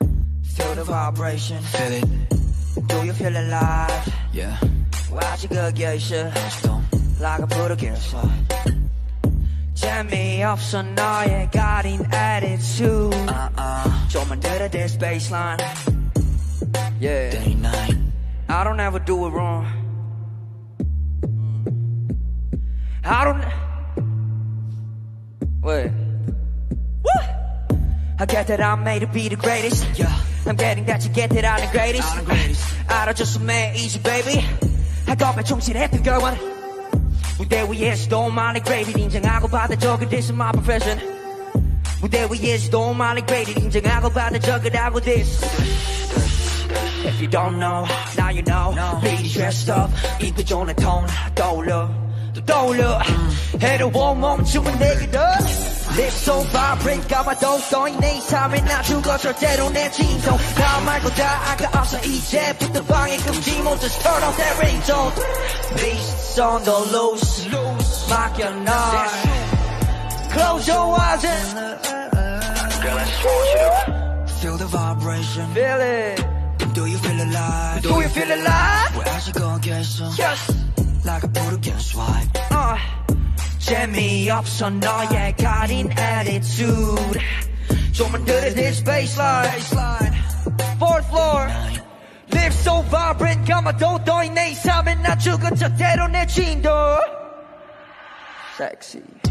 Feel the vibration. Feel it, Do you feel alive? yeah. 와지가 계셔. 시동, 나가 부르겠어. 재미없어 너의 가린 attitude. uh uh, 좀만 들어 this baseline. Yeah. 39. I don't ever do it wrong. I don't. e-, Wait. Woo! I get that I'm made to be the greatest. Yeah. I'm getting that you get that I'm the greatest. I'm the greatest. 알아줬어 man easy baby. 학업에 충실했던 결과는 무대 위에서도 많이 graded 인정하고 받아적은 this is my profession. 무대 위에서도 많이 graded 인정하고 받아적으라고 this. If you don't know, now you know. No. Really dressed up, 입도 좋은 톤 떠올려, 또 떠올려. Mm. 해로워 멈춤은 내게도. 내 손 vibrate 감아도 떠있네 이 삶에 나 죽어 절대로 내 진정 다 말고 다 아까 없어 이제부터 방해 금지 모두 turn off that ring don't Beasts on the loose 맡겨 널 Close your eyes and Girl, I just want you to feel the vibration. feel it Do you feel alive? Do you feel alive? 왜 아직 거기에서 Yes 나가 부르게 swipe? 어, 재미없어 너의 가린 attitude 좀만 들은 this baseline Fourth floor Live so vibrant 감아도 떠있네 이 삶은 나 죽은 저대로 내 진도 Sexy